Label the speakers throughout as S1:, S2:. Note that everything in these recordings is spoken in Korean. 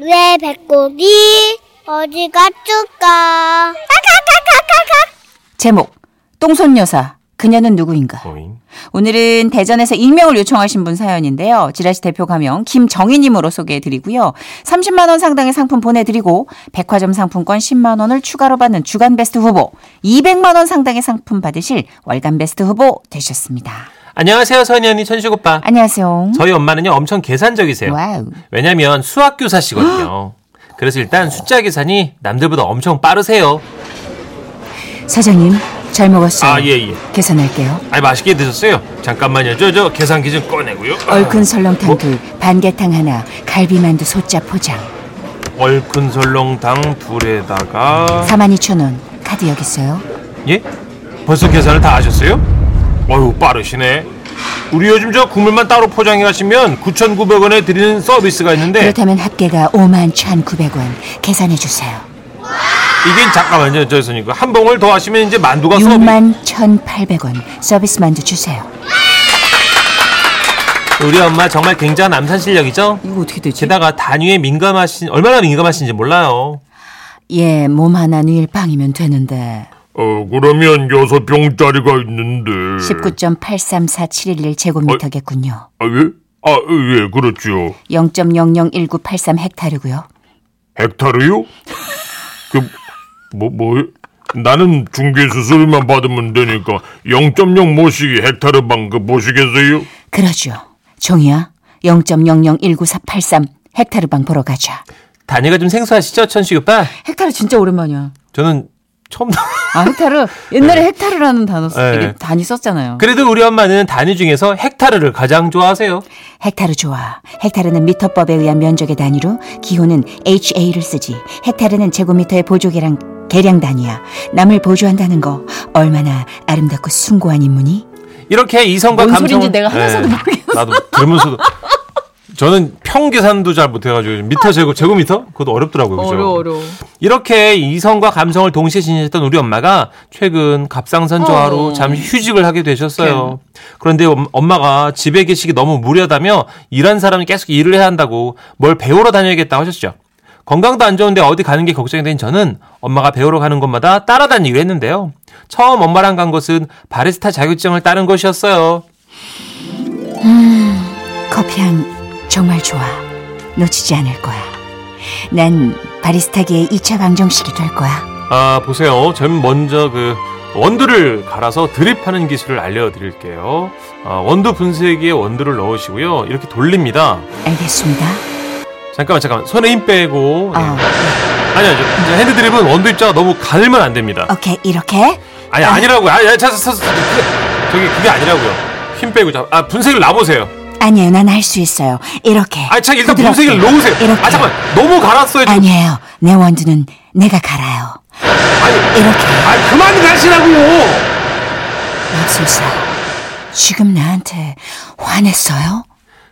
S1: 왜 배꼽이 어디 갔을까? 카카카카카카.
S2: 제목 똥손여사 그녀는 누구인가
S3: 오잉.
S2: 오늘은 대전에서 익명을 요청하신 분 사연인데요. 지라시 대표 가명 김정희님으로 소개해드리고요. 30만 원 상당의 상품 보내드리고 백화점 상품권 10만 원을 추가로 받는 주간 베스트 후보 200만 원 상당의 상품 받으실 월간 베스트 후보 되셨습니다.
S3: 안녕하세요, 선희 언니, 천식 오빠.
S2: 안녕하세요.
S3: 저희 엄마는요, 엄청 계산적이세요.
S2: 와우.
S3: 왜냐면 수학교사시거든요. 그래서 일단 숫자 계산이 남들보다 엄청 빠르세요.
S2: 사장님 잘 먹었어요.
S3: 아, 예, 예.
S2: 계산할게요.
S3: 아, 맛있게 드셨어요? 잠깐만요. 저, 저, 계산기 좀 꺼내고요.
S2: 얼큰 설렁탕
S3: 뭐?
S2: 둘, 반개탕 하나, 갈비만두 소자 포장.
S3: 얼큰 설렁탕 둘에다가.
S2: 42,000원. 카드 여기 있어요.
S3: 예? 벌써 계산을 다 하셨어요? 어휴, 빠르시네. 우리 요즘 저 국물만 따로 포장해 가시면 9,900원에 드리는 서비스가 있는데
S2: 그렇다면 합계가 51,900원. 계산해 주세요.
S3: 이게 잠깐만요, 저 선생님. 그한 봉을 더 하시면 이제 만두가 어, 서비스.
S2: 61,800원. 서비스 만두 주세요.
S3: 우리 엄마 정말 굉장한 암산 실력이죠?
S2: 이거 어떻게 되지?
S3: 게다가 단위에 민감하신 얼마나 민감하신지 몰라요.
S2: 예, 몸 하나 누일 빵이면 되는데.
S3: 어 그러면 여섯 병짜리가 있는데.
S2: 19.834711 제곱미터겠군요.
S3: 아 예? 아 예 그렇죠.
S2: 0.001983 헥타르고요.
S3: 헥타르요? 그뭐 뭐? 나는 중개 수술만 받으면 되니까 0.0 모시기 헥타르 방그 모시겠어요?
S2: 그러죠. 종이야. 0.001983 헥타르 방 보러 가자.
S3: 단위가 좀 생소하시죠, 천식 오빠?
S2: 헥타르 진짜 오랜만이야.
S3: 저는 처음.
S2: 아 헥타르 옛날에 헥타르라는 단어
S3: 네.
S2: 쓰 단위 썼잖아요.
S3: 그래도 우리 엄마는 단위 중에서 헥타르를 가장 좋아하세요.
S2: 헥타르 좋아. 헥타르는 미터법에 의한 면적의 단위로 기호는 HA를 쓰지. 헥타르는 제곱미터의 보조개랑 계량 단위야. 남을 보조한다는 거 얼마나 아름답고 숭고한 인문이?
S3: 이렇게 이성과
S2: 뭔
S3: 감성
S2: 소린지 내가 하나서도 모르겠어.
S3: 나도 들으면서도 저는 평 계산도 잘 못해가지고 미터 제곱 제곱미터 그것도 어렵더라고요. 그죠? 이렇게 이성과 감성을 동시에 지니셨던 우리 엄마가 최근 갑상선 저하로
S2: 어.
S3: 잠시 휴직을 하게 되셨어요. 그런데 엄- 엄마가 집에 계시기 너무 무료하다며 일한 사람이 계속 일을 해야 한다고 뭘 배우러 다녀야겠다고 하셨죠. 건강도 안 좋은데 어디 가는 게 걱정이 된 저는 엄마가 배우러 가는 곳마다 따라다니기로 했는데요. 처음 엄마랑 간 곳은 바리스타 자격증을 따는 것이었어요.
S2: 커피향 정말 좋아. 놓치지 않을 거야. 난 바리스타계의 2차 방정식이 될 거야.
S3: 아 보세요. 저는 먼저 그 원두를 갈아서 드립하는 기술을 알려드릴게요. 아, 원두 분쇄기에 원두를 넣으시고요. 이렇게 돌립니다.
S2: 알겠습니다.
S3: 잠깐만 잠깐만 손에 힘 빼고
S2: 어,
S3: 예. 아니요 저- 저 핸드 드립은 원두 입자가 너무 가늘면 안 됩니다.
S2: 오케이 이렇게.
S3: 아니 아니라고요. 아니, 아니, 저, 저, 저, 저, 그게- 저기 그게 아니라고요. 힘 빼고 잡. 아 분쇄기를 놔보세요.
S2: 아니에요, 난 할 수 있어요. 이렇게.
S3: 아 참 일단
S2: 부드럽게.
S3: 분쇄기를 놓으세요.
S2: 이렇게.
S3: 아 잠깐 너무 갈았어요. 지금.
S2: 아니에요. 내 원두는 내가 갈아요.
S3: 아니
S2: 이렇게
S3: 아 그만 가시라고.
S2: 맙소사. 지금 나한테 화냈어요?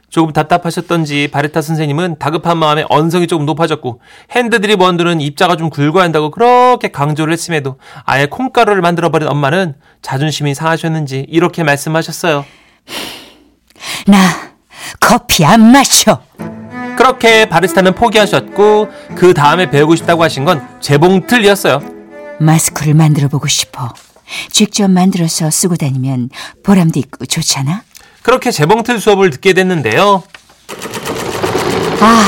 S3: 조금 답답하셨던지 바리타 선생님은 다급한 마음에 언성이 조금 높아졌고 핸드드립 원두는 입자가 좀 굵어야 한다고 그렇게 강조를 했음에도 아예 콩가루를 만들어버린 엄마는 자존심이 상하셨는지 이렇게 말씀하셨어요.
S2: 나 커피 안 마셔.
S3: 그렇게 바리스타는 포기하셨고 그 다음에 배우고 싶다고 하신 건 재봉틀이었어요.
S2: 마스크를 만들어 보고 싶어. 직접 만들어서 쓰고 다니면 보람도 있고 좋잖아.
S3: 그렇게 재봉틀 수업을 듣게 됐는데요.
S2: 아,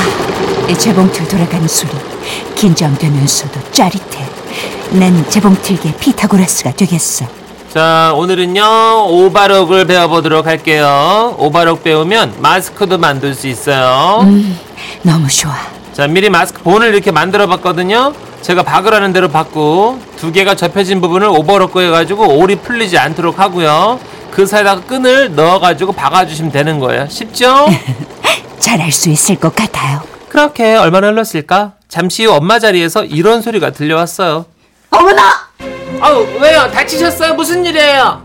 S2: 이 재봉틀 돌아가는 소리. 긴장되면서도 짜릿해. 난 재봉틀계 피타고라스가 되겠어.
S3: 자, 오늘은요, 오바록을 배워보도록 할게요. 오바록 배우면 마스크도 만들 수 있어요.
S2: 너무 좋아.
S3: 자 미리 마스크 본을 이렇게 만들어 봤거든요 제가 박으라는 대로 박고 두 개가 접혀진 부분을 오버로크 해가지고 올이 풀리지 않도록 하고요 그 사이다가 끈을 넣어가지고 박아주시면 되는 거예요 쉽죠?
S2: 잘할 수 있을 것 같아요.
S3: 그렇게 얼마나 흘렀을까? 잠시 후 엄마 자리에서 이런 소리가 들려왔어요
S2: 어머나!
S3: 아우 왜요 다치셨어요 무슨 일이에요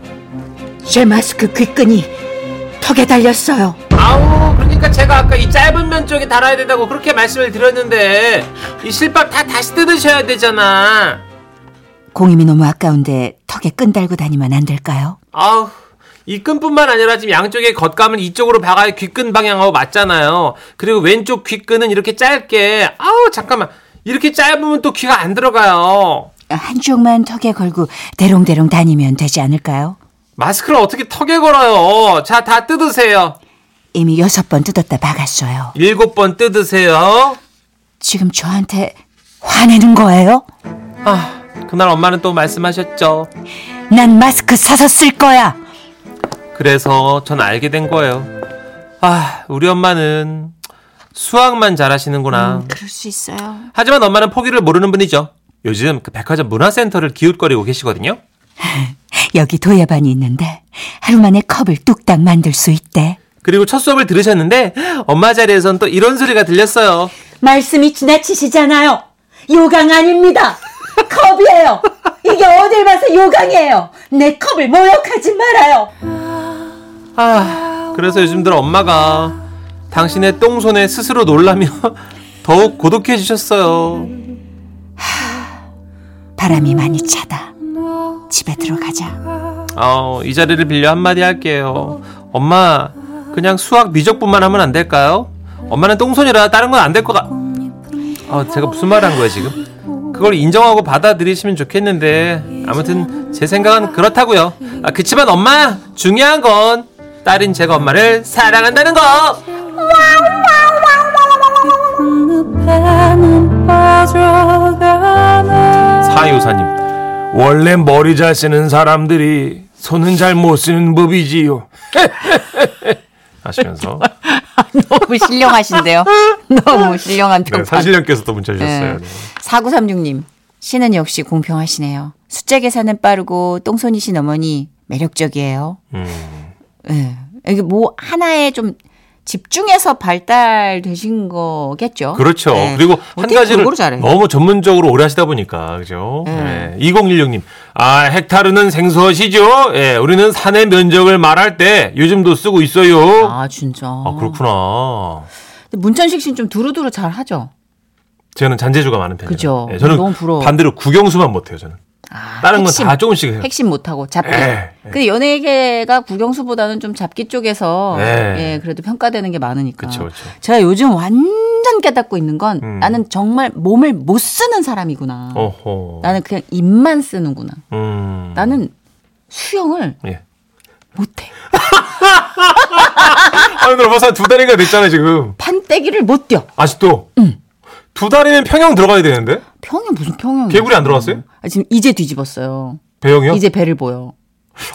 S2: 제 마스크 귓끈이 턱에 달렸어요.
S3: 아우 그러니까 제가 아까 이 짧은 면 쪽에 달아야 된다고 그렇게 말씀을 드렸는데 이 실밥 다 다시 뜯으셔야 되잖아
S2: 공임이 너무 아까운데 턱에 끈 달고 다니면 안 될까요?
S3: 아우 이 끈뿐만 아니라 지금 양쪽의 겉감을 이쪽으로 박아야 귓끈 방향하고 맞잖아요. 그리고 왼쪽 귓끈은 이렇게 짧게 아우 잠깐만 이렇게 짧으면 또 귀가 안 들어가요.
S2: 한쪽만 턱에 걸고 대롱대롱 다니면 되지 않을까요?
S3: 마스크를 어떻게 턱에 걸어요? 자, 다 뜯으세요.
S2: 이미 여섯 번 뜯었다 박았어요.
S3: 일곱 번 뜯으세요.
S2: 지금 저한테 화내는 거예요?
S3: 아, 그날 엄마는 또 말씀하셨죠.
S2: 난 마스크 사서 쓸 거야.
S3: 그래서 전 알게 된 거예요. 아, 우리 엄마는 수학만 잘하시는구나.
S2: 음, 그럴 수 있어요.
S3: 하지만 엄마는 포기를 모르는 분이죠. 요즘 그 백화점 문화센터를 기웃거리고 계시거든요.
S2: 여기 도예반이 있는데 하루 만에 컵을 뚝딱 만들 수 있대.
S3: 그리고 첫 수업을 들으셨는데 엄마 자리에선 또 이런 소리가 들렸어요.
S4: 말씀이 지나치시잖아요. 요강 아닙니다. 컵이에요. 이게 어딜 봐서 요강이에요. 내 컵을 모욕하지 말아요.
S3: 아, 그래서 요즘 들어 엄마가 당신의 똥손에 스스로 놀라며 더욱 고독해지셨어요.
S2: 바람이 많이 차다. 집에 들어가자.
S3: 어, 이 자리를 빌려 한마디 할게요. 엄마, 그냥 수학 미적분만 하면 안 될까요? 엄마는 똥손이라 다른 건 안 될 것 같... 아, 제가 무슨 말 한 거예요, 지금? 그걸 인정하고 받아들이시면 좋겠는데 아무튼 제 생각은 그렇다고요. 아, 그치만 엄마, 중요한 건 딸인 제가 엄마를 사랑한다는 거! 사유사님
S5: 원래 머리 잘 쓰는 사람들이 손은 잘 못 쓰는 법이지요.
S3: 하시면서
S2: 너무 신령하신데요. 너무 신령한
S3: 네, 산신령께서 또 문자 주셨어요.
S2: 네. 4936님, 씨는 역시 공평하시네요. 숫자 계산은 빠르고 똥손이신 어머니 매력적이에요.
S3: 음,
S2: 예. 이게 뭐 하나에 좀 집중해서 발달되신 거겠죠.
S3: 그렇죠.
S2: 예.
S3: 그리고 한
S2: 어떻게
S3: 가지를
S2: 골고루 잘해요?
S3: 너무 전문적으로 오래 하시다 보니까 그죠. 네. 2016님, 아 헥타르는 생소하시죠? 예, 우리는 산의 면적을 말할 때 요즘도 쓰고 있어요. 아,
S2: 아 진짜.
S3: 그렇구나.
S2: 근데 문천식 씨는 좀 두루두루 잘 하죠.
S3: 저는 잔재주가 많은 편이에요.
S2: 그죠.
S3: 예, 저는
S2: 너무 부러워.
S3: 반대로 구경수만 못해요. 저는
S2: 아,
S3: 다른 건
S2: 핵심.
S3: 다 조금씩 해요.
S2: 핵심 못하고 잡기.
S3: 예, 예.
S2: 근데 연예계가 구경수보다는 좀 잡기 쪽에서
S3: 예.
S2: 예, 그래도 평가되는 게 많으니까.
S3: 그렇죠, 그렇죠.
S2: 제가 요즘 완전 깨닫고 있는 건
S3: 음.
S2: 나는 정말 몸을 못 쓰는 사람이구나.
S3: 어허.
S2: 나는 그냥 입만 쓰는구나.
S3: 음.
S2: 나는 수영을
S3: 예.
S2: 못해.
S3: 아, 오늘 벌써 두 달인가 됐잖아요, 지금.
S2: 판때기를 못 뛰어.
S3: 아직도? 두 달이면 평양 들어가야 되는데?
S2: 평이 무슨 평형이야.
S3: 개구리 안 들어갔어요?
S2: 아, 지금 이제 뒤집었어요.
S3: 배영이요?
S2: 이제 배를 보여.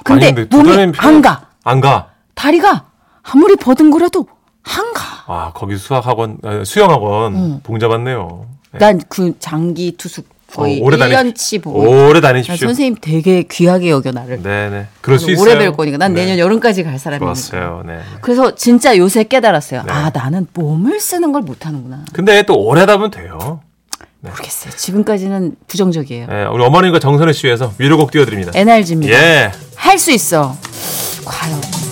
S2: 근데
S3: 아니, 두
S2: 몸이
S3: 달이면 평양-
S2: 안 가.
S3: 안 가.
S2: 다리가 아무리 버둥거려도 안 가.
S3: 아, 거기 수학학원, 아, 수영학원 봉잡았네요. 네.
S2: 난 그 장기 투숙 거의
S3: 어, 오래 다니-
S2: 1년치 보고
S3: 오래
S2: 난
S3: 다니십시오.
S2: 뭐. 아, 선생님 되게 귀하게 여겨 나를.
S3: 네네. 그럴 수
S2: 나는
S3: 있어요.
S2: 오래 배울 거니까 난
S3: 네.
S2: 내년 여름까지 갈 사람이니까.
S3: 좋았어요. 네.
S2: 그래서 진짜 요새 깨달았어요.
S3: 네.
S2: 아 나는 몸을 쓰는 걸 못하는구나.
S3: 근데 또 오래 하다 보면 돼요.
S2: 모르겠어요. 지금까지는 부정적이에요.
S3: 네, 예. 우리
S2: 예.
S3: 어머님과 정선혜 씨에서 위로곡 띄워드립니다.
S2: NRG입니다.
S3: 예.
S2: 할 수 있어. 과연.